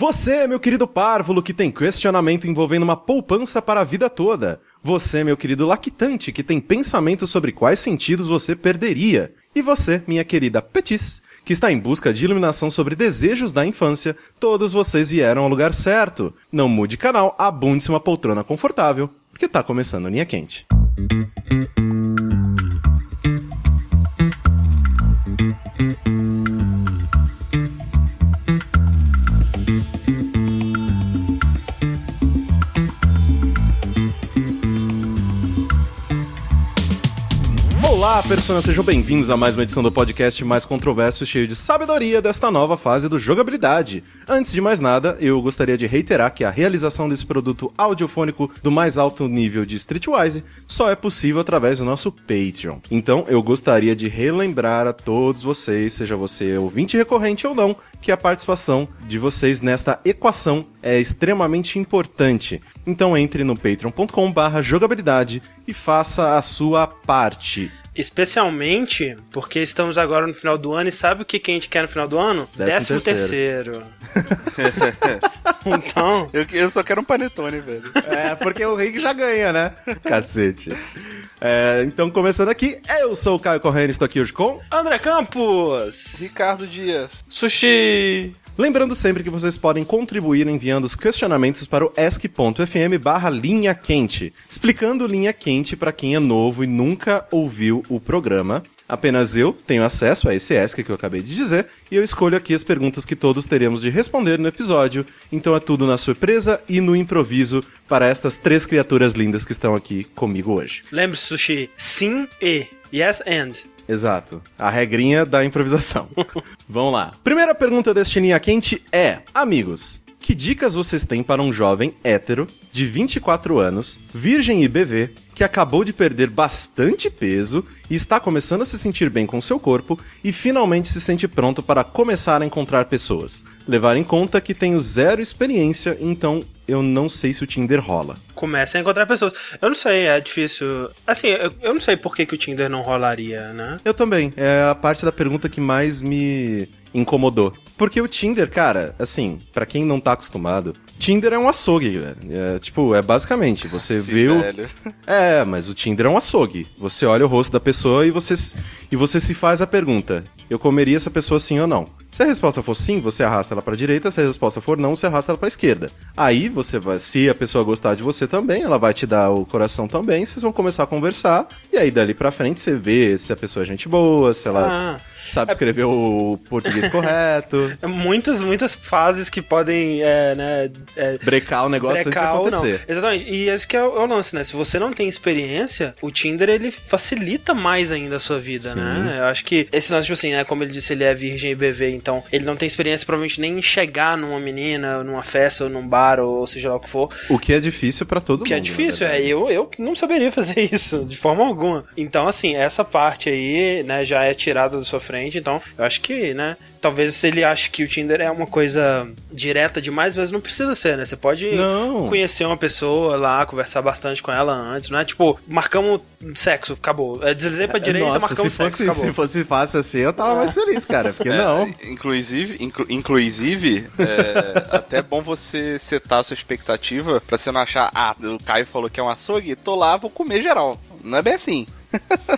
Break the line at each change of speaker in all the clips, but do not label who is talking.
Você, meu querido párvulo, que tem questionamento envolvendo uma poupança para a vida toda. Você, meu querido lactante, que tem pensamento sobre quais sentidos você perderia. E você, minha querida Petis, que está em busca de iluminação sobre desejos da infância. Todos vocês vieram ao lugar certo. Não mude canal, abunde-se uma poltrona confortável, porque tá começando a linha quente. Olá, personas, sejam bem-vindos a mais uma edição do podcast mais controverso e cheio de sabedoria desta nova fase do jogabilidade. Antes de mais nada, eu gostaria de reiterar que a realização desse produto audiofônico do mais alto nível de Streetwise só é possível através do nosso Patreon. Então, eu gostaria de relembrar a todos vocês, seja você ouvinte recorrente ou não, que a participação de vocês nesta equação é extremamente importante. Então, entre no patreon.com/jogabilidade e faça a sua parte.
Especialmente porque estamos agora no final do ano e sabe o que, que a gente quer no final do ano?
Décimo
terceiro. então,
Eu, eu só quero um panetone, velho.
É, porque o Rick já ganha, né? Cacete. É, então, começando aqui, eu sou o Caio Corrêa e estou aqui hoje com...
André Campos!
Ricardo Dias.
Sushi!
Lembrando sempre que vocês podem contribuir enviando os questionamentos para o ask.fm barra linha quente, explicando linha quente para quem é novo e nunca ouviu o programa. Apenas eu tenho acesso a esse ESC que eu acabei de dizer, e eu escolho aqui as perguntas que todos teremos de responder no episódio, então é tudo na surpresa e no improviso para estas três criaturas lindas que estão aqui comigo hoje.
Lembre-se, Sushi, sim e. Yes and.
Exato. A regrinha da improvisação. Vamos lá. Primeira pergunta deste linha quente é: Amigos, que dicas vocês têm para um jovem hétero de 24 anos, virgem e BV, que acabou de perder bastante peso e está começando a se sentir bem com seu corpo e finalmente se sente pronto para começar a encontrar pessoas? Levar em conta que tenho zero experiência, então eu não sei se o Tinder rola.
Começa a encontrar pessoas. Eu não sei, é difícil. Assim, eu, eu não sei por que, que o Tinder não rolaria, né?
Eu também. É a parte da pergunta que mais me incomodou. Porque o Tinder, cara, assim, pra quem não tá acostumado, Tinder é um açougue, velho. É, tipo, é basicamente, você vê o...
Velho.
É, mas o Tinder é um açougue. Você olha o rosto da pessoa e você, s- e você se faz a pergunta: eu comeria essa pessoa sim ou não? Se a resposta for sim, você arrasta ela pra direita, se a resposta for não, você arrasta ela pra esquerda. Aí você vai, se a pessoa gostar de você também, ela vai te dar o coração também, vocês vão começar a conversar, e aí dali pra frente você vê se a pessoa é gente boa, se ela
Ah.
sabe escrever o português correto,
Muitas, muitas fases que podem, é, né, é,
brecar o negócio
brecar ou
antes de
não.
acontecer.
Exatamente. E esse que é o, é o lance, né? Se você não tem experiência, o Tinder ele facilita mais ainda a sua vida,
Sim.
né? Eu acho que esse lance, tipo assim, né? Como ele disse, ele é virgem e bebê, então ele não tem experiência provavelmente nem em chegar numa menina, ou numa festa, ou num bar, ou seja lá o que for.
O que é difícil pra todo mundo.
O que é
na
difícil, é.
verdade.
Eu, eu não saberia fazer isso de forma alguma. Então, assim, essa parte aí, né, já é tirada da sua frente. Então, eu acho que, né, talvez se ele ache que o Tinder é uma coisa direta demais, mas não precisa ser, né? Você pode
Não.
conhecer uma pessoa lá, conversar bastante com ela antes, não é tipo, marcamos sexo, acabou. É deslizei pra direita,
Nossa,
marcamos
se fosse,
sexo, acabou.
se fosse fácil assim, eu tava mais feliz, cara.
É.
Porque não.
Inclusive, inclu- inclusive é, até é bom você setar a sua expectativa pra você não achar, ah, o Caio falou que é um açougue, tô lá, vou comer geral. Não é bem assim.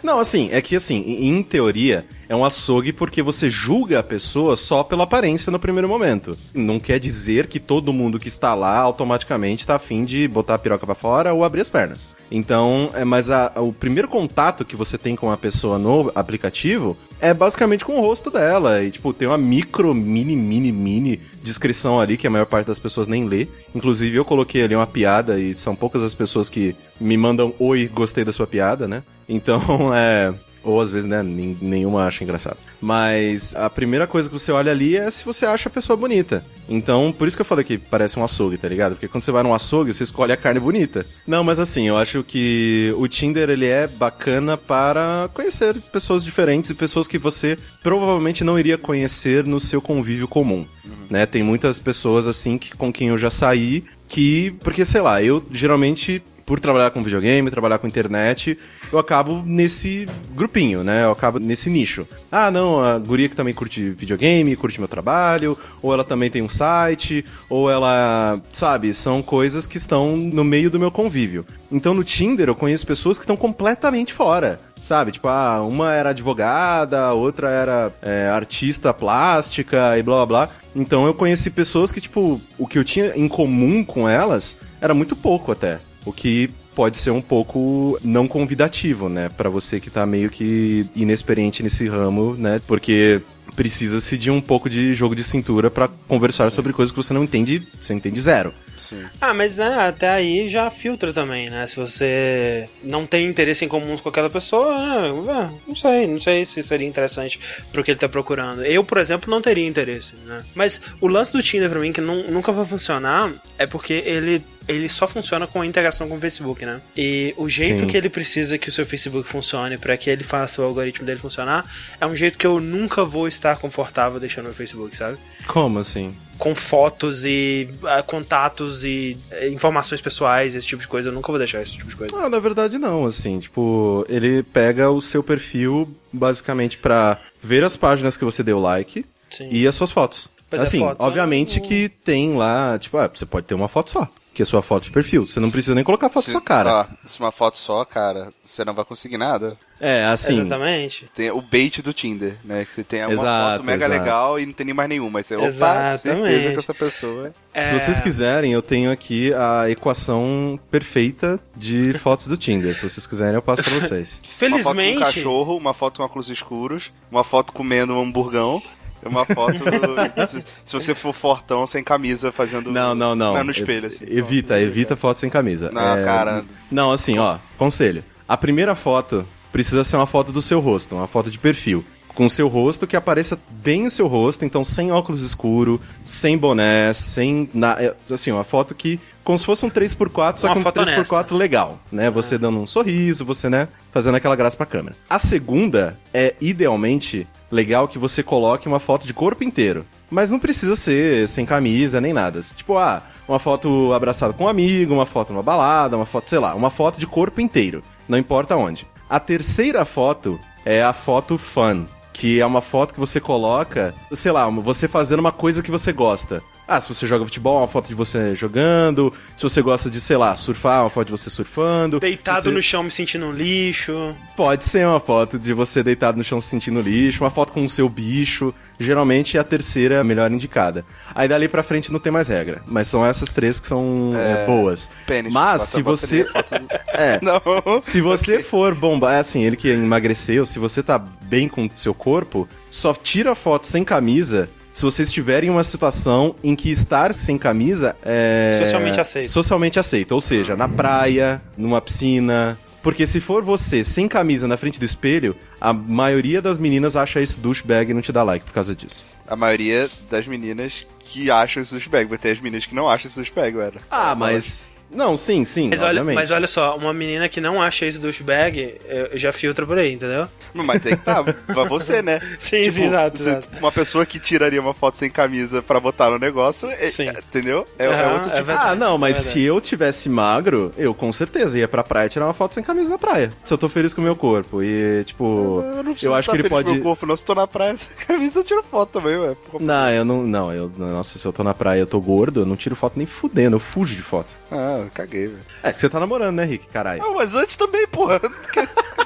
Não, assim, é que assim, em em teoria, é um açougue porque você julga a pessoa só pela aparência no primeiro momento. Não quer dizer que todo mundo que está lá automaticamente tá afim de botar a piroca pra fora ou abrir as pernas. Então, é, mas a- o primeiro contato que você tem com a pessoa no aplicativo é basicamente com o rosto dela. E, tipo, tem uma micro, mini, mini, mini descrição ali que a maior parte das pessoas nem lê. Inclusive, eu coloquei ali uma piada e são poucas as pessoas que me mandam oi, gostei da sua piada, né? Então, é. Ou às vezes, né, nin- nenhuma acha engraçado. Mas a primeira coisa que você olha ali é se você acha a pessoa bonita. Então, por isso que eu falei que parece um açougue, tá ligado? Porque quando você vai num açougue, você escolhe a carne bonita. Não, mas assim, eu acho que o Tinder, ele é bacana para conhecer pessoas diferentes e pessoas que você provavelmente não iria conhecer no seu convívio comum, né? Tem muitas pessoas, assim, que, com quem eu já saí, que... Porque, sei lá, eu geralmente por trabalhar com videogame, trabalhar com internet, eu acabo nesse grupinho, né? Eu acabo nesse nicho. Ah, não, a guria que também curte videogame, curte meu trabalho, ou ela também tem um site, ou ela, sabe, são coisas que estão no meio do meu convívio. Então no Tinder eu conheço pessoas que estão completamente fora. Sabe, tipo, ah, uma era advogada, a outra era é, artista plástica e blá blá blá. Então eu conheci pessoas que, tipo, o que eu tinha em comum com elas era muito pouco até. O que pode ser um pouco não convidativo, né? Pra você que tá meio que inexperiente nesse ramo, né? Porque precisa-se de um pouco de jogo de cintura pra conversar sobre coisas que você não entende, você entende zero.
Sim.
Ah, mas né, até aí já filtra também, né? Se você não tem interesse em comum com aquela pessoa, né? ah, não sei, não sei se seria interessante pro que ele tá procurando. Eu, por exemplo, não teria interesse, né? Mas o lance do Tinder pra mim, que nun- nunca vai funcionar, é porque ele, ele só funciona com a integração com o Facebook, né? E o jeito
Sim.
que ele precisa que o seu Facebook funcione pra que ele faça o algoritmo dele funcionar é um jeito que eu nunca vou estar confortável deixando meu Facebook, sabe?
Como assim?
com fotos e ah, contatos e eh, informações pessoais, esse tipo de coisa. Eu nunca vou deixar esse tipo de coisa.
Ah, na verdade não, assim, tipo, ele pega o seu perfil basicamente pra ver as páginas que você deu like
Sim.
e as suas fotos.
Pois é,
assim,
fotos, né?
obviamente que tem lá, tipo, ah, você pode ter uma foto só, que é sua foto de perfil. Você não precisa nem colocar a foto da
Se-
sua cara.
ó, se uma foto só, cara, você não vai conseguir nada.
É, assim.
Exatamente.
Tem o bait do Tinder, né? Que você tem uma
Exato,
foto mega
exato.
legal e não tem nem mais nenhuma. Aí Você, opa, certeza
Exatamente.
que essa pessoa...
Se
É.
vocês quiserem, eu tenho aqui a equação perfeita de fotos do Tinder. Se vocês quiserem, eu passo pra vocês.
Uma foto com um
Felizmente.
cachorro, uma foto com óculos escuros, uma foto comendo um hamburgão, e uma foto do... se- se você for fortão, sem camisa, fazendo...
Não, não, não.
no espelho, assim.
E- Evita, evita foto sem camisa. É,
Não, cara.
Não, assim, ó, conselho. A primeira foto precisa ser uma foto do seu rosto, uma foto de perfil. Com o seu rosto, que apareça bem o seu rosto, então sem óculos escuro, sem boné, sem. na- é, assim, uma foto que. Como se fosse um 3x4, só
Uma
que um
foto Ah.
3x4 legal, né? Você dando um sorriso, você, né? Fazendo aquela graça pra câmera. A segunda é, idealmente, legal que você coloque uma foto de corpo inteiro. Mas não precisa ser sem camisa nem nada. Tipo, ah, uma foto abraçada com um amigo, uma foto numa balada, uma foto, sei lá, uma foto de corpo inteiro. Não importa onde. A terceira foto é a foto fun, que é uma foto que você coloca, sei lá, você fazendo uma coisa que você gosta. Ah, se você joga futebol, uma foto de você jogando. Se você gosta de, sei lá, surfar, é uma foto de você surfando.
Deitado
Você-
no chão me sentindo um lixo.
Pode ser uma foto de você deitado no chão se sentindo lixo, uma foto com o seu bicho. Geralmente é a terceira melhor indicada. Aí dali pra frente não tem mais regra. Mas são essas três que são é, boas.
Pênis.
Mas
Bota-
se
bota
você.
ali a foto do-
É.
Não.
Se você for bombar, é assim, ele que emagreceu, se você tá bem com o seu corpo, só tira foto sem camisa se você estiver em uma situação em que estar sem camisa é.
Socialmente aceito.
Socialmente aceito. Ou seja, na praia, numa piscina. Porque se for você sem camisa na frente do espelho, a maioria das meninas acha isso douchebag e não te dá like por causa disso.
A maioria das meninas que acham isso suspeito. Vai ter as meninas que não acham isso suspeito, velho.
Ah, mas. Não, sim, sim.
Mas olha,
obviamente.
mas olha só, uma menina que não acha isso douchebag, eu eu já filtra por aí, entendeu?
Mas aí que tá, pra você, né?
Sim, sim, exato,
você-
exato.
Uma pessoa que tiraria uma foto sem camisa pra botar no negócio, é-
Sim.
entendeu? É, é
Aham,
outro
é
tipo.
verdade,
ah, não, mas
é
se eu tivesse magro, eu com certeza ia pra praia tirar uma foto sem camisa na praia. Se eu tô feliz com o meu corpo. E, tipo,
Eu não
eu,
preciso
acho
estar
que ele
feliz com
pode.
Meu corpo, não, se tô na praia, sem camisa, eu tiro foto também, ué.
Não, eu não. Não, eu. Nossa, se eu tô na praia e eu tô gordo, eu não tiro foto nem fudendo, eu fujo de foto.
Ah, eu caguei, velho.
É, que você tá namorando, né, Rick? Caralho.
Ah, mas antes também, porra.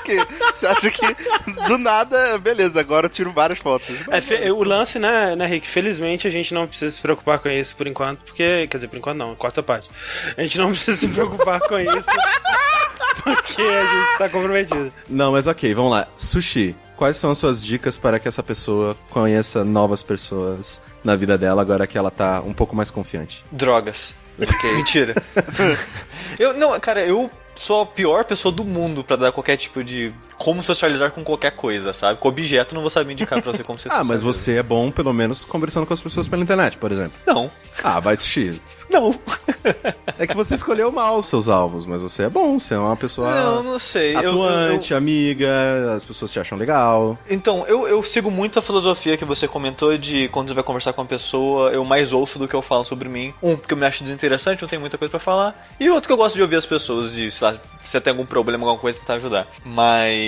Que- que- Você acha que do nada, beleza, agora eu tiro várias fotos.
É, fe-
Uhum.
o lance, né, né, Rick? Felizmente a gente não precisa se preocupar com isso por enquanto, porque. Quer dizer, por enquanto não, corta essa parte. A gente não precisa se preocupar com isso, porque a gente tá comprometido.
Não, mas ok, vamos lá. Sushi, quais são as suas dicas para que essa pessoa conheça novas pessoas na vida dela agora que ela tá um pouco mais confiante?
Drogas. Mentira. eu, não, cara, eu sou a pior pessoa do mundo pra dar qualquer tipo de. Como socializar com qualquer coisa, sabe? Com objeto não vou saber indicar pra você como você
Ah, mas
socializa.
você é bom, pelo menos, conversando com as pessoas pela internet, por exemplo.
Não,
Ah, vai assistir.
não.
É que você escolheu mal os seus alvos, mas você é bom, você é uma pessoa
Não, não sei. Eu- eu- eu-
atuante, amiga, as pessoas te acham legal.
Então, eu, eu sigo muito a filosofia que você comentou de quando você vai conversar com uma pessoa, eu mais ouço do que eu falo sobre mim. Um, porque eu me acho desinteressante, não tenho muita coisa pra falar. E outro, que eu gosto de ouvir as pessoas e, sei lá, se você tem algum problema, alguma coisa, tentar ajudar. Mas.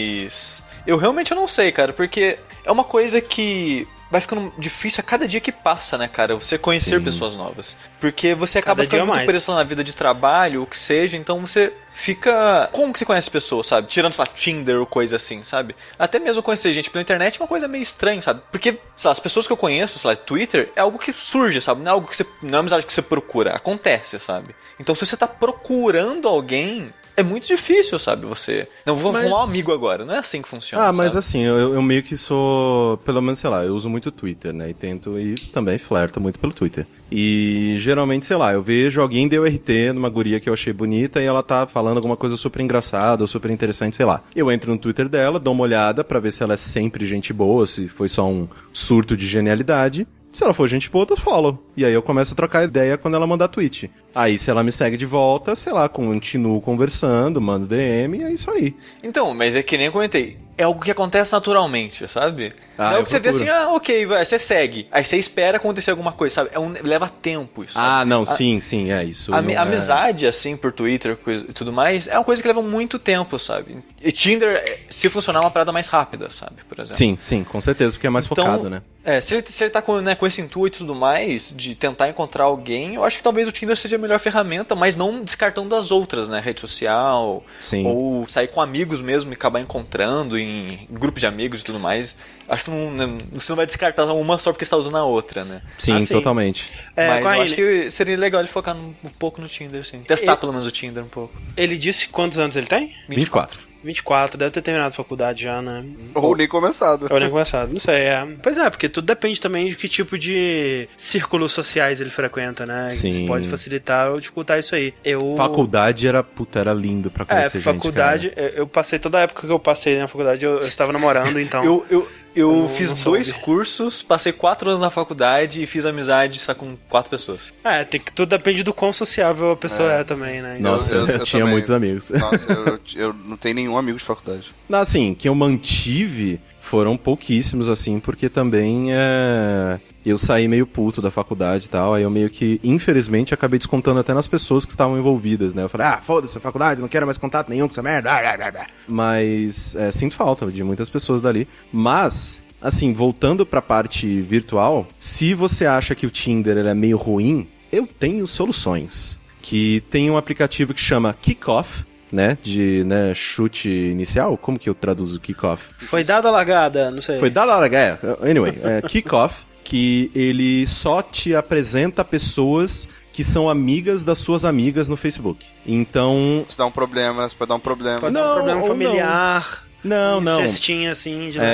Eu realmente eu não sei, cara, porque é uma coisa que. Vai ficando difícil a cada dia que passa, né, cara? Você conhecer
Sim.
pessoas novas. Porque você acaba
Cada dia
ficando muito
mais.
preso na vida de trabalho, o que seja, então você fica. Como que você conhece pessoas, sabe? Tirando, sei lá, Tinder ou coisa assim, sabe? Até mesmo conhecer gente pela internet é uma coisa meio estranha, sabe? Porque, sei lá, as pessoas que eu conheço, sei lá, Twitter, é algo que surge, sabe? Não é algo que você. Não é uma amizade que você procura, acontece, sabe? Então se você tá procurando alguém. É muito difícil, sabe? Você. Não vou
Mas-
arrumar um amigo agora. Não é assim que funciona.
ah, mas
sabe?
assim, eu, eu meio que sou. Pelo menos, sei lá, eu uso muito Twitter, né? E tento e também flerto muito pelo Twitter. E geralmente, sei lá, eu vejo alguém deu RT numa guria que eu achei bonita e ela tá falando alguma coisa super engraçada ou super interessante, sei lá. Eu entro no Twitter dela, dou uma olhada pra ver se ela é sempre gente boa, se foi só um surto de genialidade. Se ela for gente boa, eu follow. E aí eu começo a trocar ideia quando ela mandar tweet. Aí se ela me segue de volta, sei lá, continuo conversando, mando DM, e é isso aí.
Então, mas é que nem eu comentei. É algo que acontece naturalmente, sabe?
Ah,
Não é
eu
algo que você vê assim,
procuro.
ah, ok, vai, você segue. Aí você espera acontecer alguma coisa, sabe? É um- leva tempo isso.
Ah, não, sim, sim, é isso.
Ami-
não é-
Amizade, assim, por Twitter coisa- e tudo mais, é uma coisa que leva muito tempo, sabe? E Tinder, é, se funcionar, é uma parada mais rápida, sabe? Por exemplo.
Sim, sim, com certeza, porque é mais focado, né?
É, se ele, se ele tá com, né, com esse intuito e tudo mais, de tentar encontrar alguém, eu acho que talvez o Tinder seja a melhor ferramenta, mas não descartando as outras, né? Rede social,
Sim.
ou sair com amigos mesmo e acabar encontrando em grupo de amigos e tudo mais. Acho que não, não- você não vai descartar uma só porque você tá usando a outra, né?
Sim,
Ah, sim.
totalmente.
É,
mas eu
Corrine,
acho que seria legal ele focar num- um pouco no Tinder, sim. Testar
Eu-
pelo menos o Tinder um pouco.
ele disse quantos anos ele tem?
24.
24, deve ter terminado a faculdade já, né? É
Ou nem começado.
Eu nem conversado, não sei. É. Pois é, porque tudo depende também de que tipo de círculos sociais ele frequenta, né?
Sim.
Que pode facilitar ou dificultar isso aí. Eu.
Faculdade era, puta, era lindo pra
É,
conhecer gente,
faculdade, eu, eu passei toda a época que eu passei na faculdade, eu, eu estava namorando, então.
Eu, eu, eu
Eu não-
fiz
não soube.
dois cursos, passei quatro anos na faculdade e fiz amizade só com quatro pessoas.
É, tem que, tudo depende do quão sociável a pessoa é, também, né?
Nossa. eu tinha muitos amigos.
Nossa, eu, eu não tenho nenhum amigo de faculdade.
Cara. Assim, que eu mantive foram pouquíssimos, assim, porque também é... eu saí meio puto da faculdade e tal, aí eu meio que, infelizmente, acabei descontando até nas pessoas que estavam envolvidas, né? Eu falei, ah, foda-se a faculdade, não quero mais contato nenhum com essa merda, ah, ah, ah, ah. mas é, sinto falta de muitas pessoas dali, mas... Assim, voltando pra parte virtual, se você acha que o Tinder ele é meio ruim, eu tenho soluções. que tem um aplicativo que chama Kickoff, né? De né, chute inicial. Como que eu traduzo Kickoff?
Foi dada a largada, não sei.
Foi da hora, é. Anyway, é Kickoff, que ele só te apresenta pessoas que são amigas das suas amigas no Facebook. Então.
Isso dá um problema, isso pode dar um problema.
Pode
Não,
dar um problema
ou não.
familiar,
Não, não.
cestinha assim, de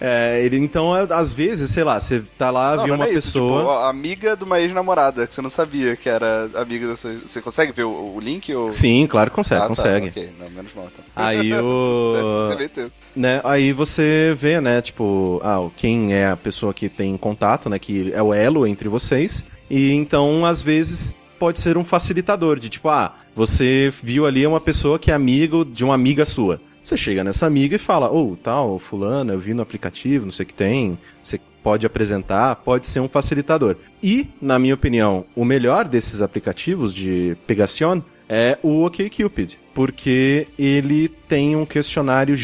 É. é, ele, então, é, às vezes, sei lá, você tá lá,
Não,
viu
mas
uma
não é isso,
pessoa.
tipo, ó, amiga de uma ex-namorada, que você não sabia que era amiga dessa. Você consegue ver o, o link? Ou...
Sim, claro que consegue,
Ah, tá,
consegue.
ok. Não, menos mal, então.
Aí o.
Deve ser meio tenso.
né? Aí você vê, né, tipo, ah, quem é a pessoa que tem contato, né, que é o elo entre vocês. E então, às vezes, pode ser um facilitador de tipo, ah, você viu ali uma pessoa que é amigo de uma amiga sua. Você chega nessa amiga e fala, ô, tal, fulano, eu vi no aplicativo, não sei o que tem, você pode apresentar, pode ser um facilitador. E, na minha opinião, o melhor desses aplicativos de pegacion é o OkCupid, porque ele tem um questionário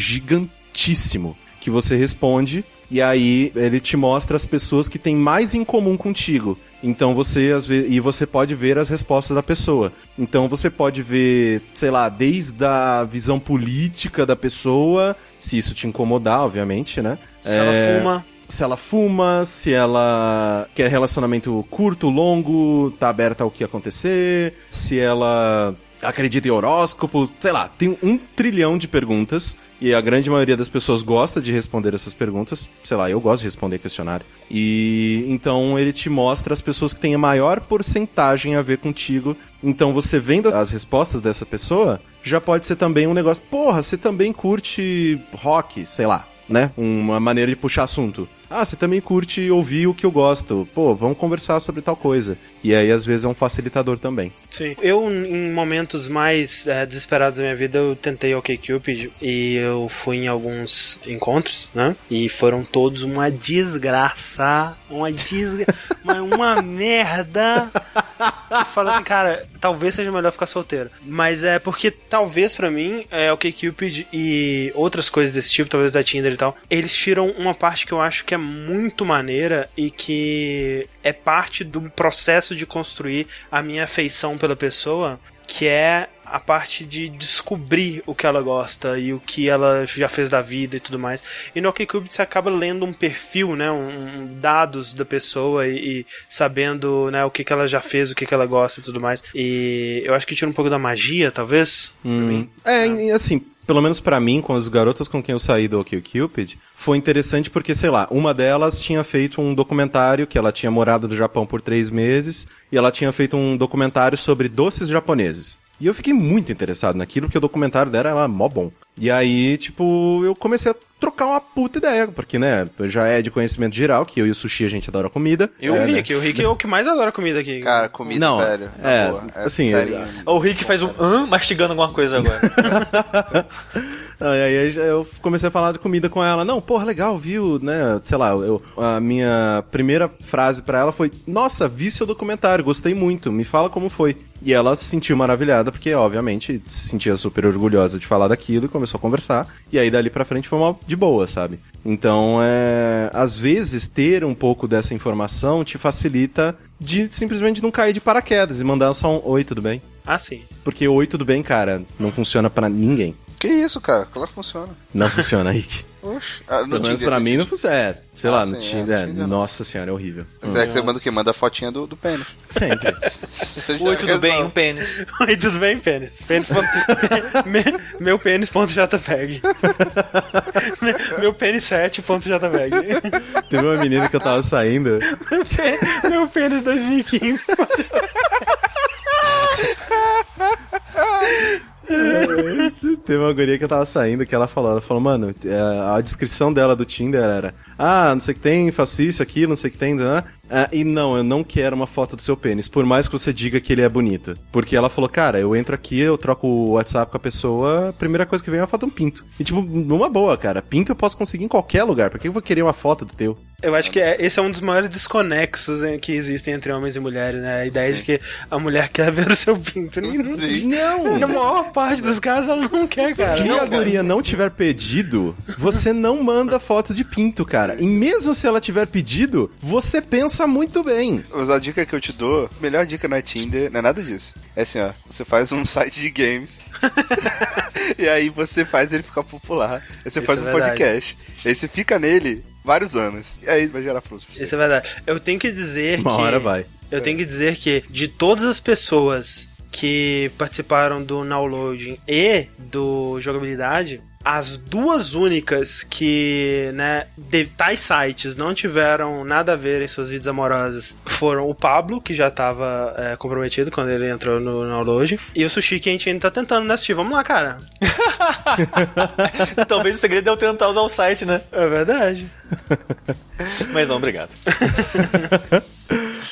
gigantíssimo que você responde e aí ele te mostra as pessoas que têm mais em comum contigo. Então você às ve- e você pode ver as respostas da pessoa. Então você pode ver, sei lá, desde a visão política da pessoa, se isso te incomodar, obviamente, né?
Se ela fuma.
se ela fuma, se ela quer relacionamento curto, longo, tá aberta ao que acontecer, se ela acredita em horóscopo, sei lá, tem um trilhão de perguntas e a grande maioria das pessoas gosta de responder essas perguntas. Sei lá, eu gosto de responder questionário. E então ele te mostra as pessoas que têm a maior porcentagem a ver contigo. Então você vendo as respostas dessa pessoa, já pode ser também um negócio, porra, você também curte rock, sei lá, né? Uma maneira de puxar assunto. Ah, você também curte ouvir o que eu gosto. Pô, vamos conversar sobre tal coisa. E aí, às vezes, é um facilitador também.
Sim. Eu, em momentos mais é, desesperados da minha vida, eu tentei OkCupid e eu fui em alguns encontros, né? E foram todos uma desgraça. Uma desgraça. uma merda. Fala assim, cara, talvez seja melhor ficar solteiro. Mas é porque talvez pra mim, é, o Cupid e outras coisas desse tipo, talvez da Tinder e tal, eles tiram uma parte que eu acho que é muito maneira e que é parte do processo de construir a minha afeição pela pessoa, que é a parte de descobrir o que ela gosta e o que ela já fez da vida e tudo mais. E no OkCupid você acaba lendo um perfil, né, um, um dados da pessoa e, e sabendo, né, o que, que ela já fez, o que, que ela gosta e tudo mais. E eu acho que tira um pouco da magia, talvez.
Hum. É, e assim, pelo menos pra mim, com as garotas com quem eu saí do OkCupid, foi interessante porque, sei lá, uma delas tinha feito um documentário que ela tinha morado no Japão por três meses e ela tinha feito um documentário sobre doces japoneses. E eu fiquei muito interessado naquilo, porque o documentário dela era mó bom. E aí, tipo, eu comecei a trocar uma puta ideia, porque, né, já é de conhecimento geral que eu e o Sushi a gente adora comida.
Eu,
é,
o
né?
Rick, o Rick é o que mais adora comida aqui.
Cara, comida,
Não,
velho. na
é,
boa,
assim,
sério.
eu-
O Rick faz um hã, mastigando alguma coisa agora.
Ah, E aí já- eu comecei a falar de comida com ela. Não, porra, legal, viu? Né? Sei lá, eu, a minha primeira frase pra ela foi: Nossa, vi seu documentário, gostei muito, me fala como foi. E ela se sentiu maravilhada, porque, obviamente, se sentia super orgulhosa de falar daquilo e começou a conversar. E aí dali pra frente foi mal de boa, sabe? Então, é. Às vezes, ter um pouco dessa informação te facilita de simplesmente não cair de paraquedas e mandar só um oi, tudo bem?
Ah, sim.
Porque oi, tudo bem, cara, não funciona pra ninguém.
Que isso, cara? Claro que funciona.
Não funciona, Rick.
Oxe. Ah, no
Pelo menos
Tinder,
pra
gente.
mim não funciona. É, sei
Ah,
lá,
sim,
no
é,
Tinder.
no Tinder não.
Nossa senhora, é horrível.
Será que você manda o quê? Manda a fotinha do, do pênis.
Sempre.
Oi, tudo bem? Um pênis.
Oi, tudo bem, pênis? pênis ponto... Me- Meu pênis.jpg. Me- Meu pênis 7.jpg.
Teve uma menina que eu tava saindo.
Meu pênis 2015.
Teve uma guria que eu tava saindo que ela falou. Ela falou, mano, é, a descrição dela do Tinder era: Ah, não sei o que tem, faço isso, aquilo, não sei o que tem. né? Ah, e não, eu não quero uma foto do seu pênis, por mais que você diga que ele é bonito. Porque ela falou, cara, eu entro aqui, eu troco o WhatsApp com a pessoa, a primeira coisa que vem é uma foto de um pinto. E tipo, numa boa, cara, pinto eu posso conseguir em qualquer lugar. Por que eu vou querer uma foto do teu?
Eu acho que é- esse é um dos maiores desconexos em- que existem entre homens e mulheres, né? A ideia de que a mulher quer ver o seu pinto. E não-
Sim.
Não!
Na maior parte dos casos ela não quer, cara.
Se
não,
a
cara.
guria não tiver pedido, você não manda foto de pinto, cara. E mesmo se ela tiver pedido, você pensa muito bem.
Mas a dica que eu te dou, a melhor dica não é Tinder, não é nada disso. É assim, ó, você faz um site de games. e aí você faz ele ficar popular. Aí você
Isso
faz
é
um
verdade.
podcast. E aí você fica nele vários anos. E aí vai gerar frutos pra você.
Isso é verdade. Eu tenho que dizer
Uma
que.
hora vai.
Eu tenho que dizer que de todas as pessoas que participaram do downloading e do jogabilidade, as duas únicas que, né, de tais sites não tiveram nada a ver em suas vidas amorosas foram o Pablo, que já tava é, comprometido quando ele entrou no download, e o Sushi, que a gente ainda tá tentando né, assistir. Vamos lá, cara.
Talvez o segredo é eu tentar usar o site, né?
É verdade.
Mas não, obrigado.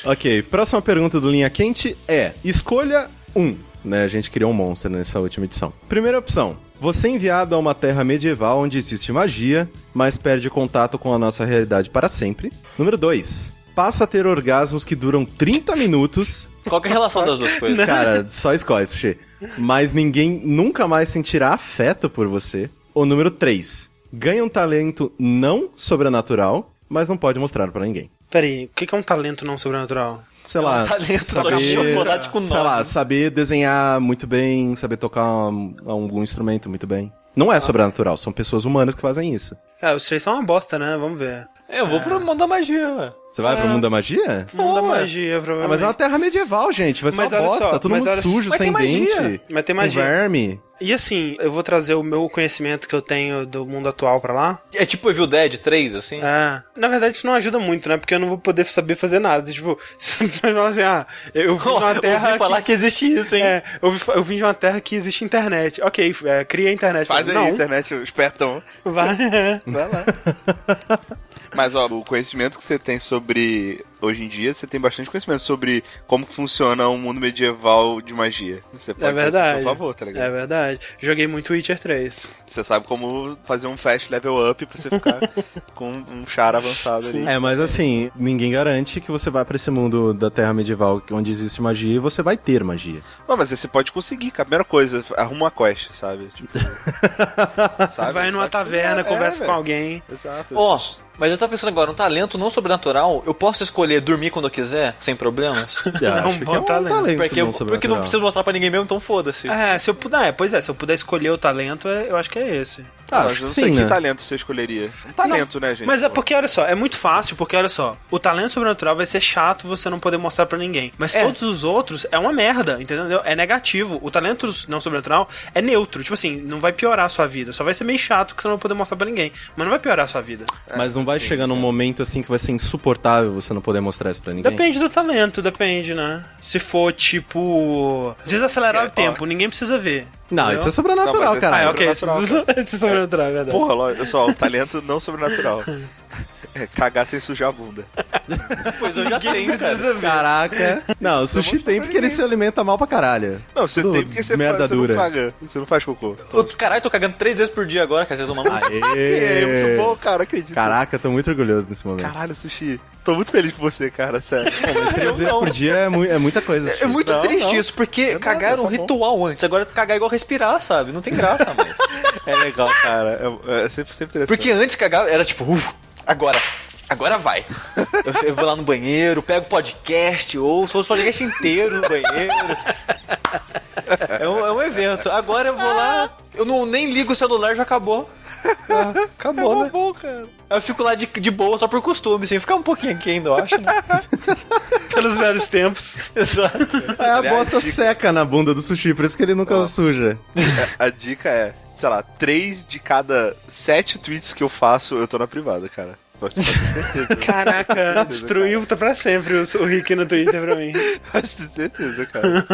Ok, próxima pergunta do Linha Quente é: escolha um. Né, a gente criou um monstro nessa última edição. Primeira opção: você é enviado a uma terra medieval onde existe magia, mas perde contato com a nossa realidade para sempre. Número 2. Passa a ter orgasmos que duram 30 minutos
Qual que é a relação das duas
Né?
coisas?
Cara, só escolhe, Sushi. Mas ninguém nunca mais sentirá afeto por você. Ou número 3. Ganha um talento não sobrenatural, mas não pode mostrar pra ninguém.
Peraí, o que que é um talento não sobrenatural?
Sei
É um
lá.
talento, só
saber-
que tinha sonoridade com
Sei
nove.
lá, saber desenhar muito bem, saber tocar um- algum instrumento muito bem. Não é sobrenatural, são pessoas humanas que fazem isso.
É,
Cara, os três são uma bosta, né? Vamos ver.
Eu vou pro mundo da magia, ué.
Você vai
É.
pro mundo da magia?
Mundo da
Pô, é.
magia,
Ah,
provavelmente.
mas é uma terra medieval, gente. Vai ser
Mas
uma
olha
bosta,
só,
todo
mas
mundo
olha só.
sujo,
Mas
sem
tem magia.
dente,
Mas tem
com
magia.
verme.
E assim, eu vou trazer o meu conhecimento que eu tenho do mundo atual pra lá.
É tipo Evil Dead 3, assim?
É. Na verdade, isso não ajuda muito, né? Porque eu não vou poder saber fazer nada. Tipo, você vai falar assim, ah, eu vim de uma terra.
ouvi falar
que...
que existe isso, hein?
É, eu, vi- eu vim de uma terra que existe internet. Ok, é, cria a internet.
Faz aí, né?
não,
internet, espertão.
vai.
Vai lá. Mas, ó, o conhecimento que você tem sobre. Hoje em dia, você tem bastante conhecimento sobre como funciona o mundo medieval de magia. Você pode
É
usar isso a
verdade.
seu favor, tá ligado?
É verdade. Joguei muito Witcher 3.
Você sabe como fazer um fast level up pra você ficar com um char avançado ali.
É, mas assim, ninguém garante que você vai pra esse mundo da terra medieval onde existe magia e você vai ter magia.
Pô, mas aí você pode conseguir, cara. Primeira coisa, arruma uma quest, sabe? Tipo, sabe?
vai numa
Sabe?
taverna,
É,
conversa
é,
com
velho.
alguém.
Exato.
Ó, mas eu tava pensando agora, um talento não sobrenatural, eu posso escolher dormir quando eu quiser, sem problemas?
Eu
É um
acho que
bom talento.
porque, eu,
não
porque não
sobrenatural.
preciso mostrar pra ninguém mesmo, então foda-se.
É, se eu puder, é, pois é, se eu puder escolher o talento, é- eu acho que é esse.
Ah,
Tá, Mas
acho
eu
que
não sei
sim,
que
né?
talento você escolheria. Um talento, né, gente?
Mas é
Pô.
porque, olha só, é muito fácil, porque, olha só, o talento sobrenatural vai ser chato você não poder mostrar pra ninguém. Mas
É.
todos os outros é uma merda, entendeu? É negativo. O talento não sobrenatural é neutro. Tipo assim, não vai piorar a sua vida. Só vai ser meio chato que você não vai poder mostrar pra ninguém. Mas não vai piorar a sua vida.
Mas não vai chegar num momento assim que vai ser insuportável você não poder mostrar isso pra ninguém.
Depende do talento, depende, né? Se for, tipo... Desacelerar
É,
o tempo, ninguém precisa ver.
Não,
entendeu?
isso é sobrenatural,
Não, mas
cara.
Ah, é, ok, isso
sobrenatural,
isso é sobrenatural, é verdade.
Porra, lo- olha só, o talento não sobrenatural. É cagar sem sujar a bunda.
Pois eu já tenho, cara.
precisa ver.
Caraca. Não, o sushi tem porque ele se alimenta mal pra caralho.
Não, você
Tudo
tem porque você,
merda
faz, você
dura.
não caga. Você não faz cocô.
Eu- Caralho, tô cagando três vezes por dia agora, cara, vocês vão mamar.
É, muito
Aê.
bom, cara, acredito.
Caraca, tô muito orgulhoso nesse momento.
Caralho, sushi. Tô muito feliz por você, cara, sério.
Três vezes por dia é, mu- é muita coisa.
É muito
Não,
triste
não.
isso, porque
É
cagar
nada,
era um
tá bom.
ritual antes, agora cagar é igual respirar, sabe? Não tem graça mais.
É legal, cara. É, é sempre, sempre interessante.
Porque antes cagar era tipo, "Uf, agora. Agora vai. Eu, eu vou lá no banheiro, pego o podcast, ouço, ouço o podcast inteiro no banheiro. É um, é um evento. Agora eu vou lá, eu não, nem ligo o celular, já acabou. Ah, acabou, né?
bom, cara.
Eu fico lá de, de boa só por costume, assim, ficar um pouquinho aqui ainda, eu acho, né?
Pelos velhos tempos.
Exato.
É, a
Aliás,
bosta
dica.
seca na bunda do sushi, por isso que ele nunca suja.
A dica é, sei lá, três de cada sete tweets que eu faço, eu tô na privada, cara. Você pode ter certeza.
Caraca, destruiu pra sempre o, o Rick no Twitter pra mim.
Pode ter certeza, cara.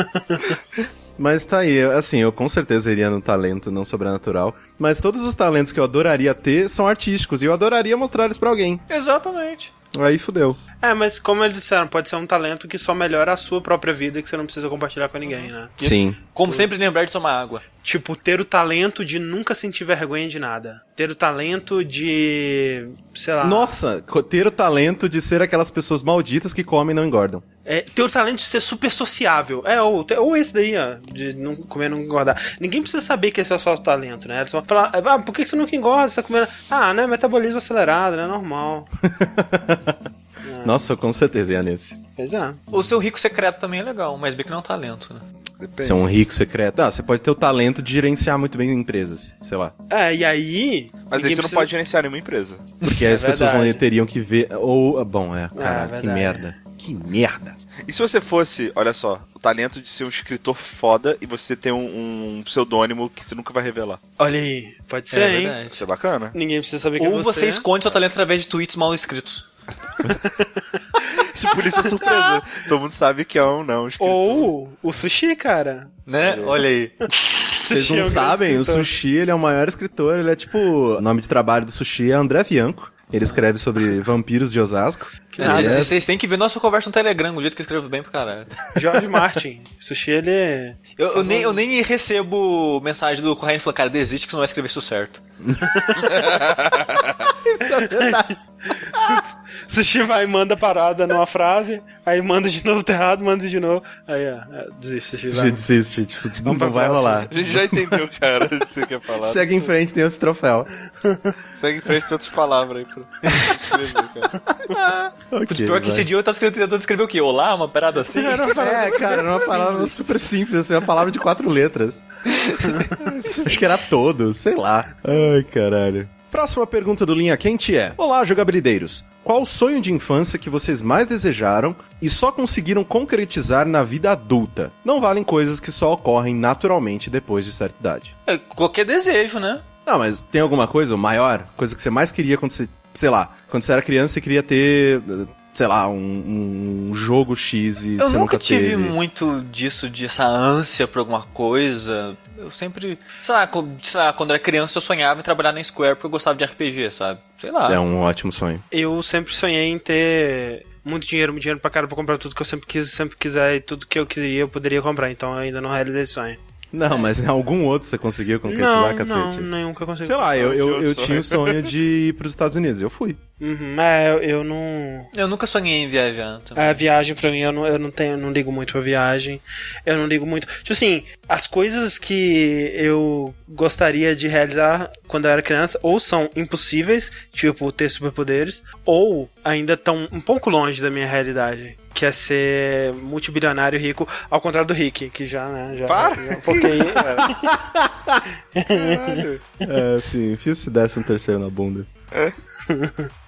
Mas tá aí, eu- assim, eu com certeza iria no talento não sobrenatural. Mas todos os talentos que eu adoraria ter são artísticos e eu adoraria mostrar eles pra alguém.
Exatamente.
Aí fudeu.
É, mas como eles disseram, pode ser um talento que só melhora a sua própria vida e que você não precisa compartilhar com ninguém, né?
Sim.
Como sempre, lembrar de tomar água.
Tipo, ter o talento de nunca sentir vergonha de nada. Ter o talento de. sei lá.
Nossa, co- ter o talento de ser aquelas pessoas malditas que comem e não engordam.
É, ter o talento de ser super sociável. É, ou, ou esse daí, ó, de não comer e não engordar. Ninguém precisa saber que esse é o seu talento, né? Eles vão falar, ah, por que você nunca engorda? Você tá comendo. Ah, né? Metabolismo acelerado, né? Normal.
Nossa, eu com certeza ia nesse.
Pois é.
O seu rico secreto também é legal, mas bem que não é um talento, né?
Ser um rico secreto. Ah, você pode ter o talento de gerenciar muito bem empresas, sei lá.
É, e aí.
Mas aí
ninguém
você não
precisa-
pode gerenciar nenhuma empresa.
Porque aí as pessoas
verdade.
vão- teriam que ver. Ou. ah, Bom, é, caralho, que
verdade.
merda. Que merda.
E se você fosse, olha só, o talento de ser um escritor foda e você ter um, um pseudônimo que você nunca vai revelar?
Olha aí, pode ser, hein?
Isso é bacana?
Ninguém precisa saber que é
Ou você
você
esconde seu talento através de tweets mal escritos.
tipo, isso é surpresa. Todo mundo sabe que é um não escritor.
Ou o sushi, cara.
Né? Olha aí.
Vocês
Sushi
não
é um grande
sabem, o
escritor.
Sushi ele é o maior escritor, ele é tipo. O nome de trabalho do Sushi é André Fianco. Ele escreve sobre vampiros de Osasco.
nada.
Ele
Vocês,
é-
vocês têm que ver nossa conversa no Telegram, o jeito que eu escrevo bem pra caralho.
George Martin. Sushi, ele. é-
Eu, eu nem, eu nem recebo mensagem do Correio falando, cara, desiste que você não vai escrever isso certo.
Sushi vai e manda a parada numa frase, aí manda de novo, tá errado, manda de novo. Aí, ó, é, desiste, Sushi.
Já
Vai.
desiste, tipo, não,
Vamos pra
vai
próxima.
rolar.
A gente já entendeu, cara, o que você quer falar.
Segue em frente, tem esse troféu.
Segue em frente de outras palavras aí. Pra...
Okay,
Putz, pior que esse dia eu tava escrevendo, tentando escrever o quê? Olá, uma parada assim?
É, cara, era uma palavra super simples, assim, uma palavra de quatro letras. Acho que era todo, sei lá. Ai, caralho. Próxima pergunta do Linha Quente é: Olá, jogabilideiros. Qual o sonho de infância que vocês mais desejaram e só conseguiram concretizar na vida adulta? Não valem coisas que só ocorrem naturalmente depois de certa idade.
É, qualquer desejo, né?
Não, mas tem alguma coisa maior? Coisa que você mais queria quando você, sei lá, quando você era criança, você queria ter, sei lá, um, um jogo X e
Eu
você
nunca tive um
teve.
muito disso, de essa ânsia por alguma coisa. Eu sempre. Sei lá, co- sei lá, quando era criança eu sonhava em trabalhar na Square porque eu gostava de RPG, sabe? Sei lá.
É um ótimo sonho.
Eu sempre sonhei em ter muito dinheiro, muito dinheiro pra cara pra comprar tudo que eu sempre quis, sempre quiser e tudo que eu queria eu poderia comprar, então eu ainda não realizei esse sonho.
Não, mas em algum outro você conseguiu concretizar,
Não, não,
cacete?
não, nunca consegui.
Sei lá, eu, eu, eu
Sonho.
tinha o sonho de ir pros Estados Unidos, eu fui.
Uhum, é, eu, eu não.
Eu nunca sonhei em viajar. então. também.
A viagem pra mim, eu não, eu não tenho, não ligo muito pra viagem. Eu não ligo muito. Tipo assim, as coisas que eu gostaria de realizar quando eu era criança, ou são impossíveis, tipo ter superpoderes, ou ainda estão um pouco longe da minha realidade. Que é ser multibilionário rico, ao contrário do Rick, que já, né? Já,
Para! É,
já foquei.
É, sim, fiz se desse um terceiro na bunda.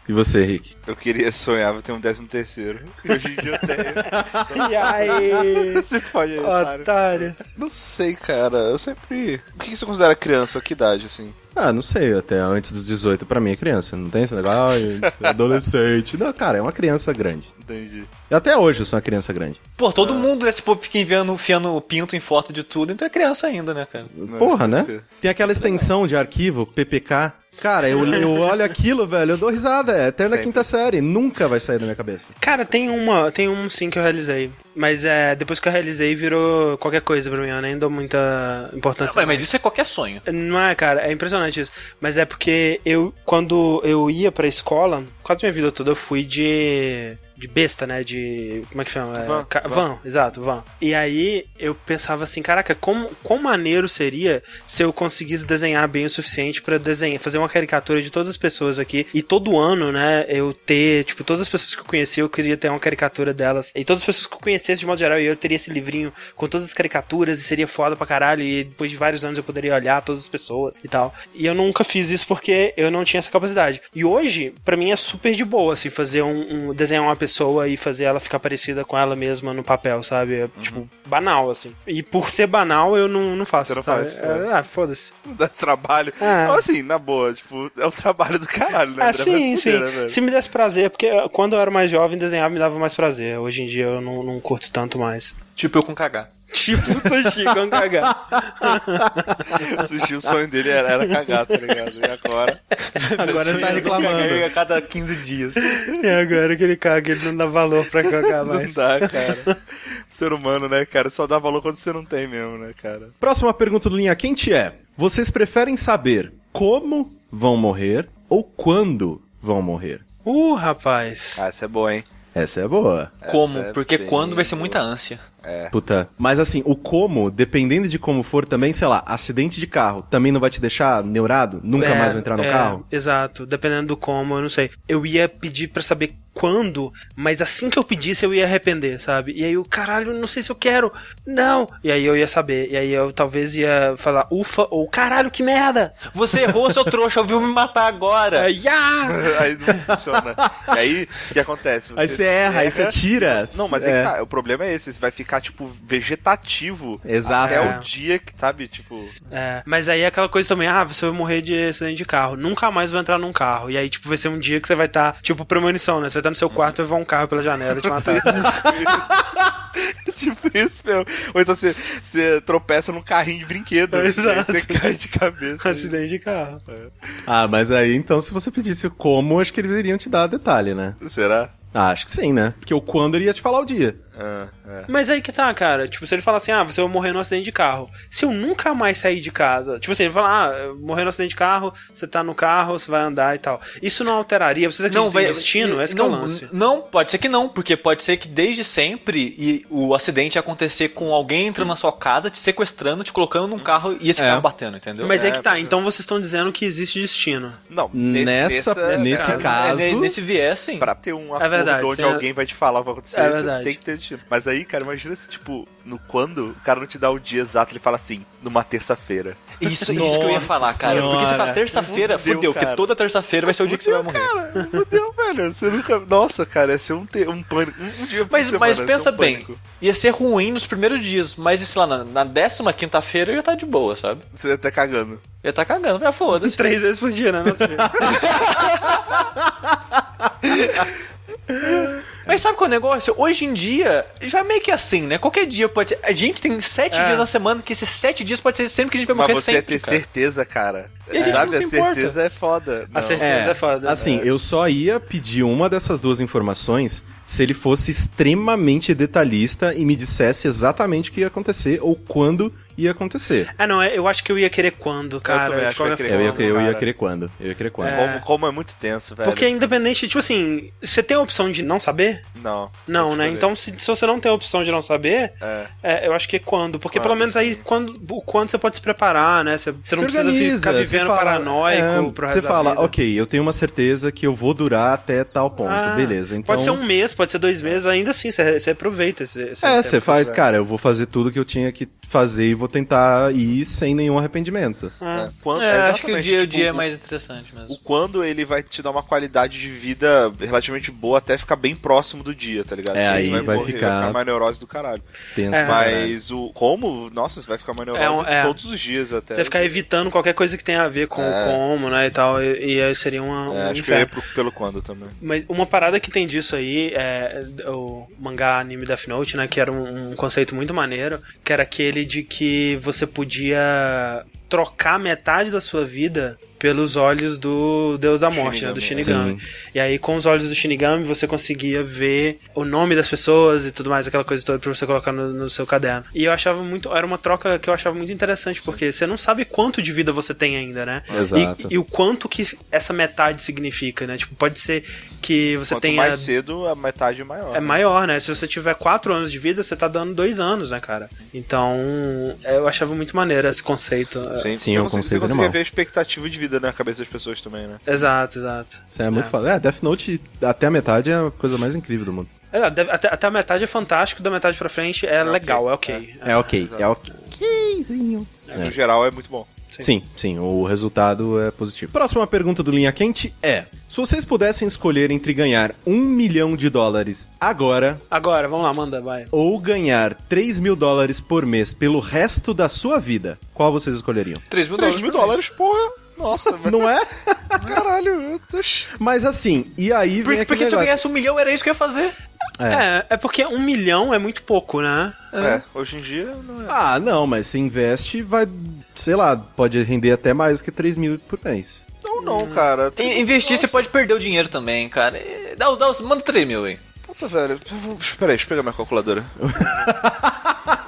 E você, Rick?
Eu queria sonhar ter um décimo terceiro. E hoje em dia eu tenho.
e aí,
Você pode aí, otário.
otários.
Ah, Não sei, cara. Eu sempre. O que que você considera criança? Que idade, assim?
Ah, não sei, até antes dos 18 pra mim é criança, não tem esse negócio? Ai, é adolescente. Não, cara, é uma criança grande.
Entendi.
Até hoje eu sou uma criança grande.
Pô,
É.
todo mundo, né? Esse povo fica enviando, enfiando pinto em foto de tudo, então é criança ainda, né, cara?
Porra, né? Tem aquela extensão de arquivo, PPK. Cara, eu, eu olho aquilo, velho, eu dou risada, é eterna
Sempre.
quinta série, nunca vai sair da minha cabeça.
Cara, tem uma, tem um sim que eu realizei. Mas é, depois que eu realizei, virou qualquer coisa pra mim. Eu nem dou muita importância.
Ué, mas isso é qualquer sonho.
Não é, cara, é impressionante isso. Mas é porque eu, quando eu ia pra escola, quase minha vida toda eu fui de. de besta, né? De. Como é que chama? É,
Van,
ca-
van.
van, exato, van. E aí eu pensava assim, caraca, como, quão maneiro seria se eu conseguisse desenhar bem o suficiente pra desenhar, fazer uma caricatura de todas as pessoas aqui. E todo ano, né, eu ter, tipo, todas as pessoas que eu conhecia, eu queria ter uma caricatura delas. E todas as pessoas que eu conhecesse de modo geral, e eu teria esse livrinho com todas as caricaturas e seria foda pra caralho. E depois de vários anos eu poderia olhar todas as pessoas e tal. E eu nunca fiz isso porque eu não tinha essa capacidade. E hoje, pra mim, é super de boa, assim, fazer um, um- desenhar uma pessoa e fazer ela ficar parecida com ela mesma no papel, sabe?
Uhum.
É, tipo, banal, assim. E por ser banal, eu não, não faço.
Você não
sabe?
faz, né?
É, Ah, foda-se.
Dá trabalho.
Ah.
Então, assim, na boa, tipo, é o trabalho do caralho, né?
Ah,
André?
sim,
Mas
sim.
fudeira, velho.
Se me desse prazer, porque ah, quando eu era mais jovem, desenhar me dava mais prazer. Hoje em dia eu não, não curto tanto mais.
Tipo eu com cagar.
Tipo, sushi com cagar.
Sushi, o sonho dele era, era cagar, tá ligado? E agora.
Agora ele tá reclamando.
Caguei a cada 15 dias.
E É, agora que ele caga, ele não dá valor pra cagar
Não
mais.
dá, cara. Ser humano, né, cara? Só dá valor quando você não tem mesmo, né, cara?
Próxima pergunta do Linha Quente é: Vocês preferem saber como vão morrer ou quando vão morrer?
Uh, rapaz.
Ah, isso é bom, hein?
Essa é boa.
Como?
é
Porque
bem
quando vai ser
boa.
muita ânsia.
É.
Puta. Mas assim, o como, dependendo de como for também, sei lá, acidente de carro também não vai te deixar neurado? Nunca
É,
mais vai entrar no
é,
carro?
Exato, dependendo do como, eu não sei. Eu ia pedir pra saber quando, mas assim que eu pedisse eu ia arrepender, sabe? E aí eu, caralho, não sei se eu quero. Não! E aí eu ia saber. E aí eu talvez ia falar, ufa, ou caralho, que merda!
Você errou, seu trouxa, ouviu me matar agora.
Aí, ah!
Aí não funciona. E aí, o que acontece?
Aí você erra, aí você tira.
Não, mas
é.
é. que tá, o problema é esse, você vai ficar, tipo, vegetativo
Exato.
até
É.
o dia que, sabe, tipo...
É, mas aí é aquela coisa também, ah, você vai morrer de acidente de carro, nunca mais vai entrar num carro. E aí, tipo, vai ser um dia que você vai estar, tipo, premonição, né? Você vai estar no seu quarto e vai voar um carro pela janela e te matar.
tipo isso, meu. Ou então você, você tropeça num carrinho de brinquedo.
É,
e aí
exato.
Você cai de cabeça. assim.
acidente de carro.
Ah, mas aí então, se você pedisse o como, acho que eles iriam te dar detalhe, né?
Será?
Ah, acho que sim, né? Porque o quando ele ia te falar o dia.
Ah, é.
Mas aí que tá, cara. Tipo, se ele falar assim, ah, você vai morrer num acidente de carro. Se eu nunca mais sair de casa, tipo assim, ele fala, ah, eu morrer num acidente de carro, você tá no carro, você vai andar e tal. Isso não alteraria? Vocês acreditam em destino? Esse que é o
não,
lance.
não, pode ser que não, porque pode ser que desde sempre e o acidente acontecer com alguém entrando na sua casa, te sequestrando, te colocando num carro e esse
É.
carro batendo, entendeu?
Hum. Mas aí
é,
que tá, então vocês estão dizendo que existe destino.
Não,
Nessa- nesse
nesse caso,
caso-
É, ne- nesse viés, sim.
pra ter um acordo
É verdade,
onde
tem a-
alguém vai te falar o que vai acontecer,
É
você
verdade.
tem que ter imagino. Mas aí, cara, imagina se, tipo, no quando o cara não te dá o dia exato, ele fala assim, numa terça-feira.
Isso, isso que eu ia falar, cara. Porque se
senhora.
fala terça-feira,
Fudeu,
fudeu,
cara.
porque toda terça-feira vai ser o dia que você vai morrer.
Cara, fudeu, velho. Você nunca. Nossa, cara, ia ser um, te... um pânico. Um, um dia por
Mas,
semana,
mas
ia ser
pensa
um
bem,
pânico.
ia ser ruim nos primeiros dias, mas sei lá, na, na décima quinta-feira eu ia estar de boa, sabe?
Você ia estar cagando.
Ia estar cagando, já foda-se.
Três vezes por dia, né? Nossa,
Mas sabe qual é o negócio? Hoje em dia, já é meio que assim, né? Qualquer dia pode ser. A gente tem sete
É.
dias na semana, que esses sete dias pode ser sempre que a gente vai morrer
mas você ia
sempre.
ter
cara.
certeza, cara.
E a gente
Sabe,
não se
a
importa.
certeza é foda.
a
Não.
certeza é, foda.
Assim, eu só ia pedir uma dessas duas informações se ele fosse extremamente detalhista e me dissesse exatamente o que ia acontecer ou quando ia acontecer.
Ah, não, é- eu acho que eu ia querer quando, cara.
também
de
acho que eu ia
qualquer
querer
Eu ia,
forma,
eu ia
cara.
querer quando? Eu ia querer quando?
É.
Como, como é muito tenso, velho.
Porque independente, tipo assim, você tem a opção de não saber?
Não.
Não,
Pode
né?
fazer.
Então, se, se você não tem a opção de não saber,
Tipo assim. É.
é, eu acho que é quando. Porque
Quando,
pelo menos aí,
sim.
quando, o quando você pode se preparar, né? Você, você não precisa ficar vivendo paranoico pro resto
é, Você
da
fala,
vida.
ok, eu tenho uma certeza que eu vou durar até tal ponto.
Ah,
Beleza, então.
Pode ser um mês, pode ser dois meses, ainda assim, você, você aproveita esse, esse
É,
tempo
você
que
faz,
tiver.
cara, eu vou fazer tudo que eu tinha que fazer e vou tentar ir sem nenhum arrependimento.
Ah.
É. Quando-
É, acho que o
exatamente,
dia, o
tipo,
dia é mais interessante mesmo.
O quando ele vai te dar uma qualidade de vida relativamente boa até ficar bem próximo do dia, tá ligado?
É,
Você
aí vai
morrer,
ficar-
vai ficar mais neurose do caralho.
Tenso
É.
pra caralho.
Mas o como, nossa, você vai ficar mais neurose
É um- é.
todos os dias até.
Você ficar evitando qualquer coisa que tenha a ver com
É.
o como, né, e tal, e, e aí seria uma,
É,
um
acho que eu ia
inferno.
pro- pelo quando também.
Mas uma parada que tem disso aí é o mangá anime Death Note, né? Que era um, um conceito muito maneiro, que era aquele de que você podia trocar metade da sua vida pelos olhos do Deus da Morte, né? Do
Shinigami.
Shinigami. E aí, com os olhos do Shinigami, você conseguia ver o nome das pessoas e tudo mais, aquela coisa toda pra você colocar no, no seu caderno. E eu achava muito. Era uma troca que eu achava muito interessante, porque você não sabe quanto de vida você tem ainda, né?
Exato.
E, e o quanto que essa metade significa, né? Tipo, pode ser que você
Quanto
tenha.
mais cedo, a metade é maior.
É maior, né? Se você tiver quatro anos de vida, você tá dando dois anos, né, cara? Então, eu achava muito maneiro esse conceito.
Sim,
Sim, você
é um conceito
consegue- Você consegue
animal.
ver a expectativa de vida na cabeça das pessoas também, né?
Exato, exato.
Isso é muito
É.
foda. É, Death Note até a metade é a coisa mais incrível do mundo.
É, deve- Até, até a metade é fantástico, da metade pra frente é,
ok.
legal, é ok.
É ok, é ok.
No geral, é muito bom.
Sim, sim, o resultado é positivo. Próxima pergunta do Linha Quente é: Se vocês pudessem escolher entre ganhar um milhão de dólares agora
Agora, vamos lá, manda, vai.
ou ganhar 3 mil dólares por mês pelo resto da sua vida, qual vocês escolheriam?
3 mil
3 mil dólares, porra! Nossa, mas
Não é?
caralho, eu tô...
Mas assim, e aí vem
Porque,
aquele
porque se eu
negócio.
ganhasse um milhão, era isso que eu ia fazer.
É. é, porque um milhão é muito pouco, né?
É, hoje em dia não é.
Ah, não, mas se investe, vai, sei lá, pode render até mais que 3 mil por mês.
Não, não, cara.
E- investir, você pode perder o dinheiro também, cara. E- Dá, o- dá, o- manda 3 mil aí.
Puta, velho. Peraí, deixa eu pegar minha calculadora.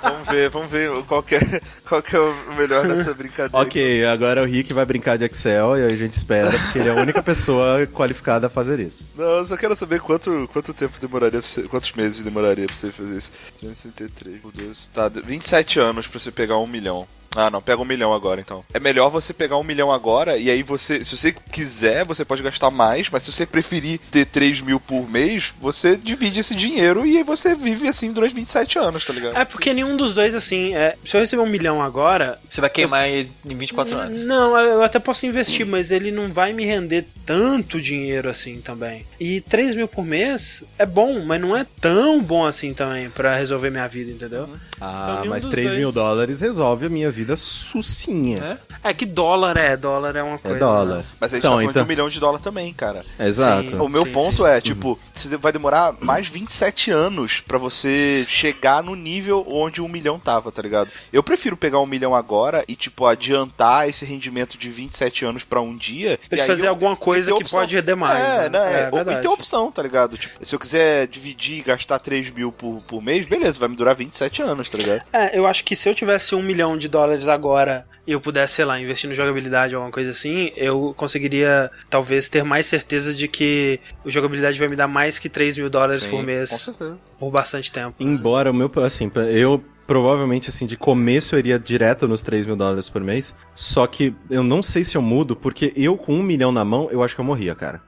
vamos ver, vamos ver qual que é, qual que é o melhor dessa brincadeira.
Ok, agora o Rick vai brincar de Excel e aí a gente espera, porque ele é a única pessoa qualificada a fazer isso.
Não, eu só quero saber quanto, quanto tempo demoraria pra você, quantos meses demoraria pra você fazer isso. 363 por 12, tá, 27 anos pra você pegar um milhão. Ah, não, pega um milhão agora então. É melhor você pegar um milhão agora e aí você, se você quiser, você pode gastar mais, mas se você preferir ter 3 mil por mês, você divide esse dinheiro e aí você vive assim durante 27 anos, tá ligado?
É porque nenhum dos dois, assim, é, se eu receber um milhão agora.
Você vai queimar ele em 24 horas.
Não, eu até posso investir, mas ele não vai me render tanto dinheiro assim também. E 3 mil por mês é bom, mas não é tão bom assim também pra resolver minha vida, entendeu?
Ah,
Então, nenhum
mas
dos
3 mil
dois.
dólares resolve a minha vida sucinha.
É que dólar é, dólar é uma
É,
coisa.
dólar.
né?
Mas aí
então,
a gente tá falando
então,
de um milhão de dólar também, cara.
Exato.
Sim.
O meu
sim,
ponto
sim. Uhum.
é, tipo, você vai demorar mais 27 anos pra você chegar no nível onde um milhão tava, tá ligado? Eu prefiro pegar um milhão agora e, tipo, adiantar esse rendimento de 27 anos pra um dia.
Pra
e aí
fazer
eu-
alguma coisa
ter
que pode render mais, né?
É, né?
É
Ou- e
verdade.
ter opção, tá ligado? Tipo, se eu quiser dividir e gastar 3 mil por, por mês, beleza, vai me durar 27 anos, tá ligado?
É, eu acho que se eu tivesse um milhão de dólares agora e eu pudesse, sei lá, investir no jogabilidade ou alguma coisa assim, eu conseguiria talvez ter mais certeza de que o jogabilidade vai me dar mais que 3 mil dólares
Sim,
por
Com
mês
certeza.
por bastante tempo.
Embora o meu, assim, eu provavelmente, assim, de começo eu iria direto nos 3 mil dólares por mês, só que eu não sei se eu mudo, porque eu com um milhão na mão, eu acho que eu morria, cara.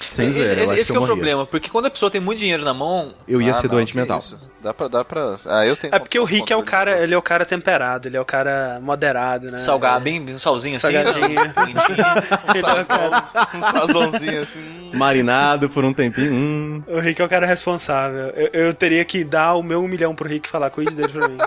Sem zoeira,
esse
eu acho
esse
que
que é
eu
o
morria.
problema, porque quando a pessoa tem muito dinheiro na mão,
Eu ia
Ah,
ser
não,
doente
que
mental.
isso. Dá pra, dá pra. Ah, eu tenho.
É porque o Rick é o
controle
cara,
sobre-
ele é o cara temperado, ele é o cara moderado, né?
salgar bem um salzinho assim.
Salgadinho. Ele é o cara-
Um sazãozinho assim.
Marinado por um tempinho. Hum.
O Rick é o cara responsável. Eu, eu teria que dar o meu um milhão pro Rick e falar, cuide dele pra mim.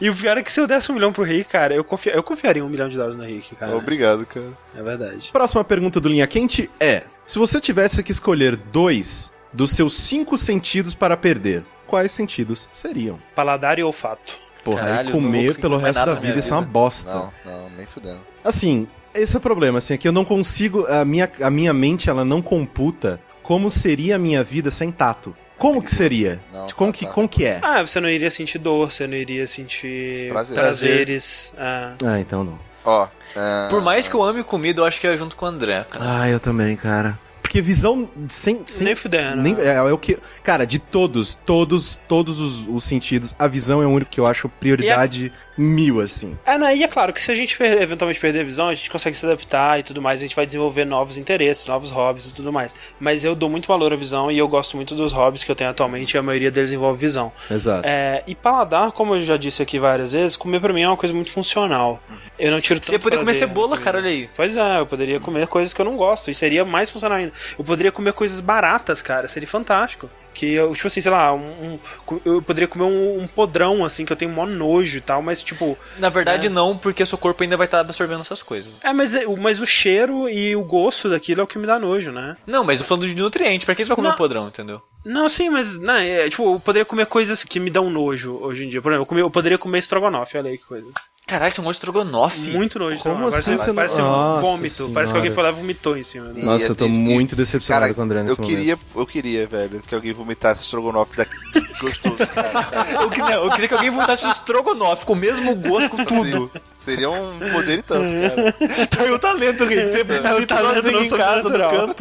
e o pior é que se eu desse um milhão pro Rick, cara, eu, confia, eu confiaria um milhão de dólares no Rick, cara.
Obrigado, cara.
É verdade.
Próxima pergunta do Linha Quente é: se você tivesse que escolher dois dos seus cinco sentidos para perder, quais sentidos seriam?
Paladar e olfato.
Porra, aí
Caralho, eu não vou
comer
conseguir
pelo
comer
resto
nada
da
na
vida,
minha
isso é uma bosta.
Não, não, nem fudendo.
Assim, esse é o problema, assim, é que eu não consigo, a minha, a minha mente, ela não computa como seria a minha vida sem tato. Como que seria?
Não,
como,
tá,
que,
tá.
como que é?
Ah, você não iria sentir dor, você não iria sentir
Prazer.
prazeres. ah.
Ah, então não.
Ó. é,
Por mais que eu ame comida, eu acho que é junto com o André, cara.
Ah, eu também, cara. Porque visão sem. sem
Nem fudendo,
nem-
né?
é, é o que. Cara, de todos, todos, todos os, os sentidos, a visão é o único que eu acho prioridade mil, assim.
É, né? E é claro que se a gente per- eventualmente perder a visão, a gente consegue se adaptar e tudo mais, a gente vai desenvolver novos interesses, novos hobbies e tudo mais. Mas eu dou muito valor à visão e eu gosto muito dos hobbies que eu tenho atualmente e a maioria deles envolve visão.
Exato.
É, e paladar, como eu já disse aqui várias vezes, comer pra mim é uma coisa muito funcional. Eu não tiro tanto
Você poderia comer
prazer.
cebola, cara, olha aí.
Pois é, eu poderia comer coisas que eu não gosto e seria mais funcional ainda. Eu poderia comer coisas baratas, cara, seria fantástico. Que eu, tipo assim, sei lá, um, um- eu poderia comer um, um podrão, assim, que eu tenho mó nojo e tal, mas tipo,
Na verdade,
É.
não, porque seu corpo ainda vai estar absorvendo essas coisas.
É, mas, é- mas o cheiro e o gosto daquilo é o que me dá nojo, né?
Não, mas eu tô falando de nutriente, pra que você vai comer
Não.
um podrão, entendeu?
Não, sim, mas, né, é, tipo, eu poderia comer coisas que me dão nojo hoje em dia. Por exemplo, eu, comi- eu poderia comer estrogonofe, olha aí que coisa.
Caralho, você é um monte de estrogonofe.
Muito nojo,
Como
não,
assim
parece,
você não-
parece um
Nossa
vômito, parece que
senhora.
alguém foi lá e vomitou em cima. né?
Nossa,
E-
eu tô
e-
muito decepcionado
Cara,
com o André nesse
eu queria, eu queria, velho, que alguém vomitasse estrogonofe daqui. Que gostoso, cara.
Eu, que- não, eu queria que alguém voltasse o estrogonofe, com o mesmo gosto, com tudo.
Assim, seria um poder e tanto, cara.
Tá aí o talento, Rick.
É
Você
o talento não sobrenatural.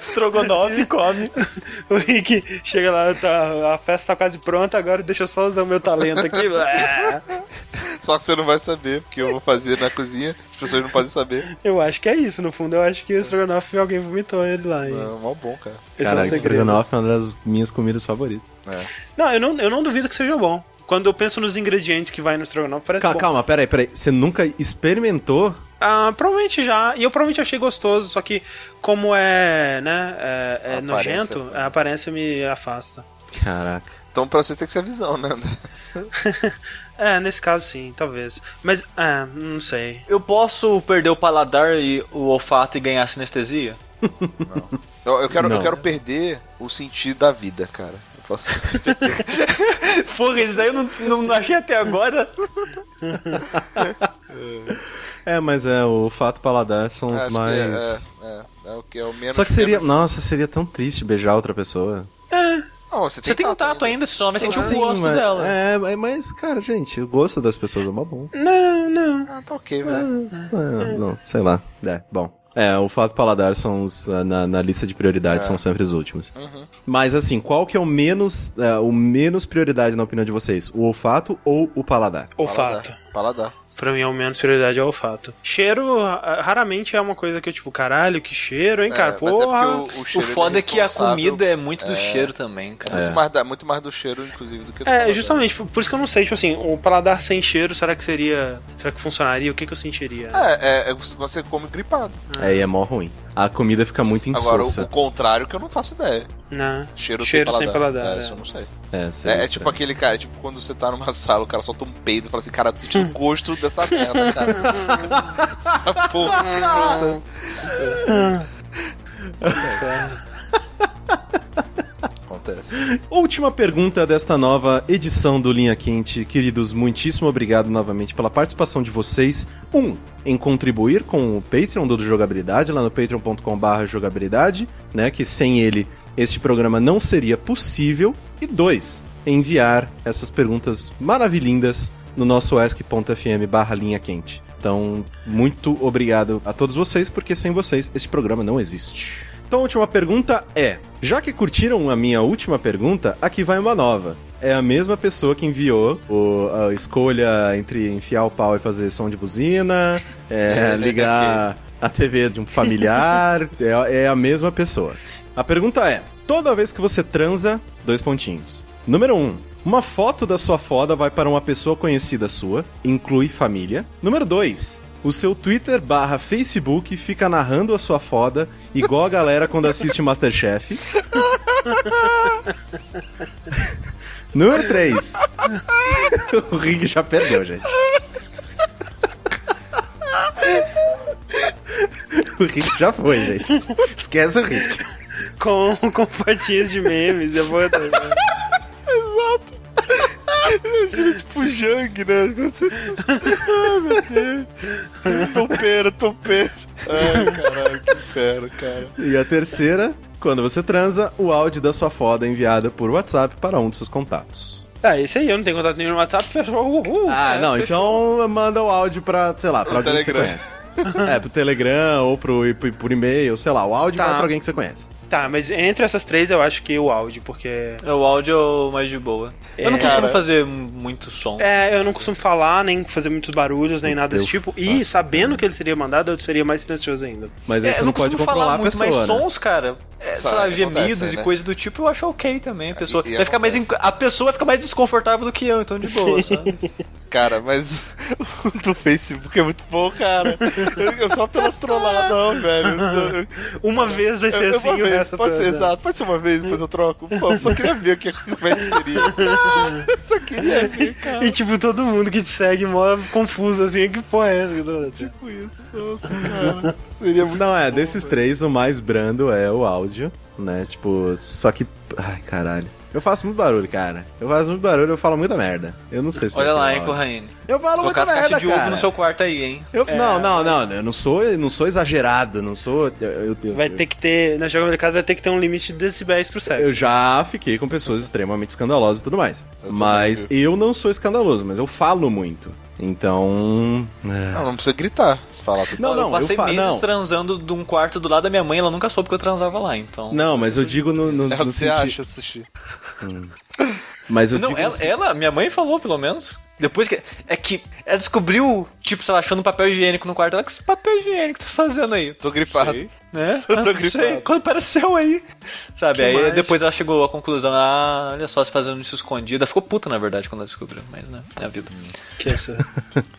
estrogonofe come.
O Rick chega lá, tá, a festa tá quase pronta, agora deixa eu só usar o meu talento aqui.
Só que você não vai saber, porque eu vou fazer na cozinha, as pessoas não podem saber.
eu acho que é isso, no fundo, eu acho que o estrogonofe alguém vomitou ele lá. hein?
Não, mal bom, cara.
Esse é o
Caraca,
segredo.
estrogonofe é uma das minhas comidas favoritas.
Não, eu não, eu não duvido que seja bom. Quando eu penso nos ingredientes que vai no estrogonofe, parece
Calma,
bom.
calma, peraí, peraí. Você nunca experimentou?
Ah, provavelmente já. E eu provavelmente achei gostoso, só que como é, né, é, é
A aparência.
nojento, a aparência me afasta.
Caraca.
Então pra você tem que ser a visão, né, André?
É, nesse caso sim, talvez. Mas, é, não sei.
Eu posso perder o paladar e o olfato e ganhar a sinestesia?
Eu, eu quero, eu
Não.
quero perder o sentido da vida, cara. Eu posso...
Porra, isso aí eu não, não, não achei até agora.
É, mas é, o fato paladar são os
Acho que
mais.
É, é, é o que é o menos.
Só que seria.
menos-
Nossa, seria tão triste beijar outra pessoa.
Não, você tem, né?
Você tem um tato ainda, você só vai sentir o gosto
mas,
dela.
É, mas- mas, cara, gente, o gosto das pessoas é uma bom.
Hum. Não, não.
Ah, tá ok, velho.
É, não, sei lá. É, bom. É, o fato paladar são os. ah, Na, na lista de prioridades são sempre os últimos.
Ah.
Uhum.
Mas assim, qual que é o menos. ah, o menos prioridade na opinião de vocês? O olfato ou o paladar?
Olfato.
Paladar, Paladar.
Pra mim, ao menos prioridade é olfato. Cheiro, ra- raramente é uma coisa que eu, tipo, caralho, que cheiro, hein, cara?
É, mas é
Porra.
porque
O
cheiro, ele
foda é que a
responsável.
comida é muito do cheiro também, cara.
Muito, mais da- muito mais do cheiro, inclusive, do que do
É,
paladar.
justamente, por, por isso que eu não sei, tipo assim, o paladar sem cheiro, será que seria. Será que funcionaria? O que, que eu sentiria?
É, é, é, você come gripado.
É, e é mó ruim. A comida fica muito
Agora, o,
insossa.
o contrário que eu não faço ideia.
Né?
Cheiro,
Cheiro sem
sem
paladar,
paladar. É,
é.
Isso eu não sei.
É, sei
É, é
isso,
tipo
cara.
aquele cara, é tipo quando você tá numa sala, o cara solta um peido e fala assim, cara, tô sentindo o gosto dessa merda, cara. Essa Porra. Acontece.
Última pergunta desta nova edição do Linha Quente. Queridos, muitíssimo obrigado novamente pela participação de vocês. Um, em contribuir com o Patreon do Jogabilidade, lá no patreon.com.br jogabilidade, né? Que sem ele este programa não seria possível. E dois, enviar essas perguntas maravilhindas no nosso ask.fm barra linha quente. Então, muito obrigado a todos vocês, porque sem vocês este programa não existe. Então, a última pergunta é: já que curtiram a minha última pergunta, aqui vai uma nova. É a mesma pessoa que enviou o- a escolha entre enfiar o pau e fazer som de buzina, é, ligar a TV de um familiar, é, é a mesma pessoa. A pergunta é: toda vez que você transa, dois pontinhos. Número 1. Um, uma foto da sua foda vai para uma pessoa conhecida sua, inclui família. Número 2. O seu Twitter barra Facebook fica narrando a sua foda, igual a galera quando assiste Masterchef. Número 3. o Rick já perdeu, gente. O Rick já foi, gente. Esquece o Rick.
Com, com fatinhas de memes. Eu vou.
Tipo Jang, né? Você... Ai, meu Deus. Topeira, topeira. Ai, caralho, que pera, cara.
E a terceira, quando você transa, o áudio da sua foda é enviado por WhatsApp para um de seus contatos.
Ah, esse aí, eu não tenho contato nenhum no WhatsApp, fechou. Uhul,
Ah,
É,
não,
fechou.
então manda o áudio pra, sei lá, pra alguém
Telegram.
que você conhece. É, pro Telegram ou pro, pro- por e-mail, sei lá, o áudio
Tá.
vai pra alguém que você conhece.
Tá, mas entre essas três eu acho que o áudio, porque.
O áudio é o mais de boa. eu não
É,
costumo
cara.
fazer muito som.
É, eu não costumo falar, nem fazer muitos barulhos, nem nada desse
Eu
tipo. E sabendo que ele seria mandado, eu seria mais silencioso ainda.
Mas aí
É,
você
eu
não pode
costumo
controlar
falar
a
muito,
pessoa.
mas
né?
sons, cara, é, sei lá,
Sabe,
gemidos
acontece,
e
né?
coisa do tipo, eu acho ok também. A pessoa,
e
vai ficar mais
acontece.
inc- a pessoa vai ficar mais desconfortável do que eu, então de boa, sabe?
Cara, mas o do Facebook é muito bom, cara. Eu, eu só pela trolladão, velho. Eu tô-
Uma vez vai
Eu,
ser
eu
assim
uma
e o
vez,
resto
pode ser
toda.
exato, pode ser uma vez, depois eu troco. Pô, eu só queria ver o que como é que seria. Eu só queria ver, cara.
E tipo, todo mundo que te segue mó confuso assim, que porra é essa? que eu tô fazendo?
Tipo isso, nossa, cara. Seria muito.
Não, é, desses três, o mais brando é o áudio, né? Tipo, só que. Ai, caralho. Eu faço muito barulho, cara. Eu faço muito barulho, eu falo muita merda. Eu não sei se.
Olha
eu
lá,
tenho
hein,
áudio.
Corraine.
Eu falo
Tocar
muita
as caixas
merda,
de ovo
cara.
no seu quarto aí, hein?
Eu- Não, não, não. Eu não sou, eu não sou exagerado, não sou. Eu, eu- eu-
Vai ter que ter, na jogada de casa vai ter que ter um limite de decibéis pro sexo.
Eu já fiquei com pessoas extremamente escandalosas e tudo mais. mas eu não sou escandaloso, mas eu falo muito. Então. é.
Não, não precisa gritar. Se falar tudo.
Não,
Olha,
não,
eu
eu
passei
fa-
meses
não.
transando de um quarto do lado da minha mãe, ela nunca soube que eu transava lá, então.
Não, mas eu digo no, no,
É
no
o que você
senti-
acha, Sushi?
Mas eu
Não,
digo. no
ela, é
assim.
sen-
ela- minha mãe falou, pelo menos. Depois que. É que ela descobriu, tipo, sei lá, achando papel higiênico no quarto. Ela, que esse papel higiênico tá fazendo aí?
Tô gripado.
Sei, né?
Eu tô
Ah, não
gripado.
sei, quando apareceu aí. Sabe, aí
mais?
depois ela chegou à conclusão, ah, olha só, se fazendo isso escondida. Ela Ficou puta, na verdade, quando ela descobriu, mas né, é a vida.
Hum.
Que isso?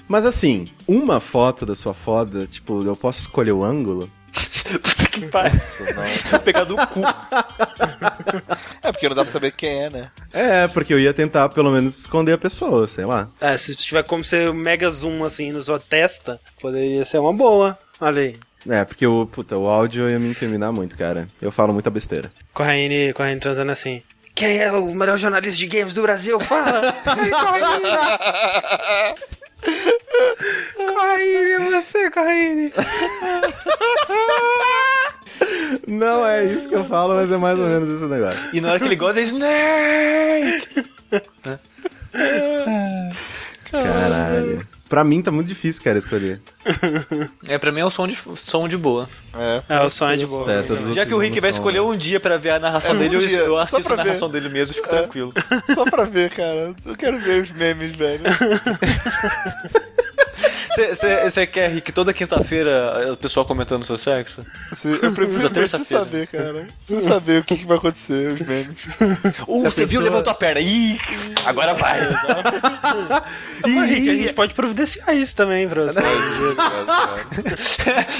Mas assim, uma foto da sua foda, tipo, eu posso escolher o ângulo?
puta que pariu. Pegar do cu.
É porque não dá pra saber quem é, né?
É, porque eu ia tentar pelo menos esconder a pessoa, sei lá.
É, se tiver como ser um mega zoom assim na sua testa, poderia ser uma boa. Olha aí.
É, porque o, puta, o áudio ia me incriminar muito, cara. Eu falo muita besteira.
Corraine, Corraine transando assim. Quem é o melhor jornalista de games do Brasil? Fala! Corraine, você, Corraine!
Não é isso que eu falo, mas é mais ou menos esse negócio.
E na hora que ele gosta, ele Snake!
Caralho. Pra mim tá muito difícil, cara, escolher.
É, pra mim é um som de, som de boa.
É.
É, o som é de boa.
É, todos
Já
vocês
que o Rick
não
vai
são,
escolher
né?
um dia pra ver a narração
É, um
dele, eu-
dia,
eu
só
assisto
pra É.
a narração dele mesmo e fico tranquilo.
Só pra ver, cara. Eu quero ver os memes, velho.
Você quer, Rick, toda quinta-feira eh, o pessoal comentando seu sexo?
Se- Eu prefiro
Da
ver sem
terça-feira.
saber, cara. Sem saber o que, que vai acontecer, os memes.
Uh, você viu,
pessoa-
levantou a perna. Ih, agora vai.
Mas, Rick, a gente pode providenciar isso também pra você.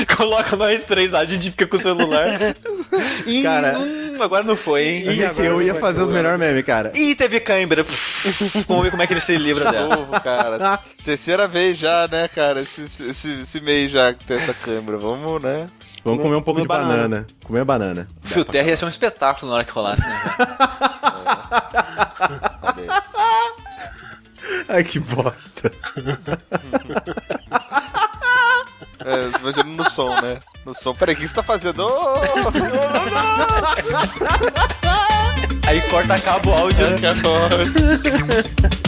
Coloca nós três lá, a gente fica com o celular.
Né?
Ih,
Cara-
hum, agora não foi, hein?
Ih,
Rick,
agora
eu
não
ia
vai
fazer os melhores memes, cara.
Ih, teve cãibra. Vamos ver como é que ele se livra dela.
Novo, cara. Terceira vez já, né, cara? Esse, esse, esse mês já que tem essa câmera. Vamos, né?
Vamos comer um pouco
Comer
de
banana.
banana. Comer banana.
Fio Terra ia ser um espetáculo na hora que rolasse, né?
Ai, que bosta.
É, imagina no som, né? No som. Peraí, o que você tá fazendo? Ô,
Aí corta, acaba o áudio.
que adoro.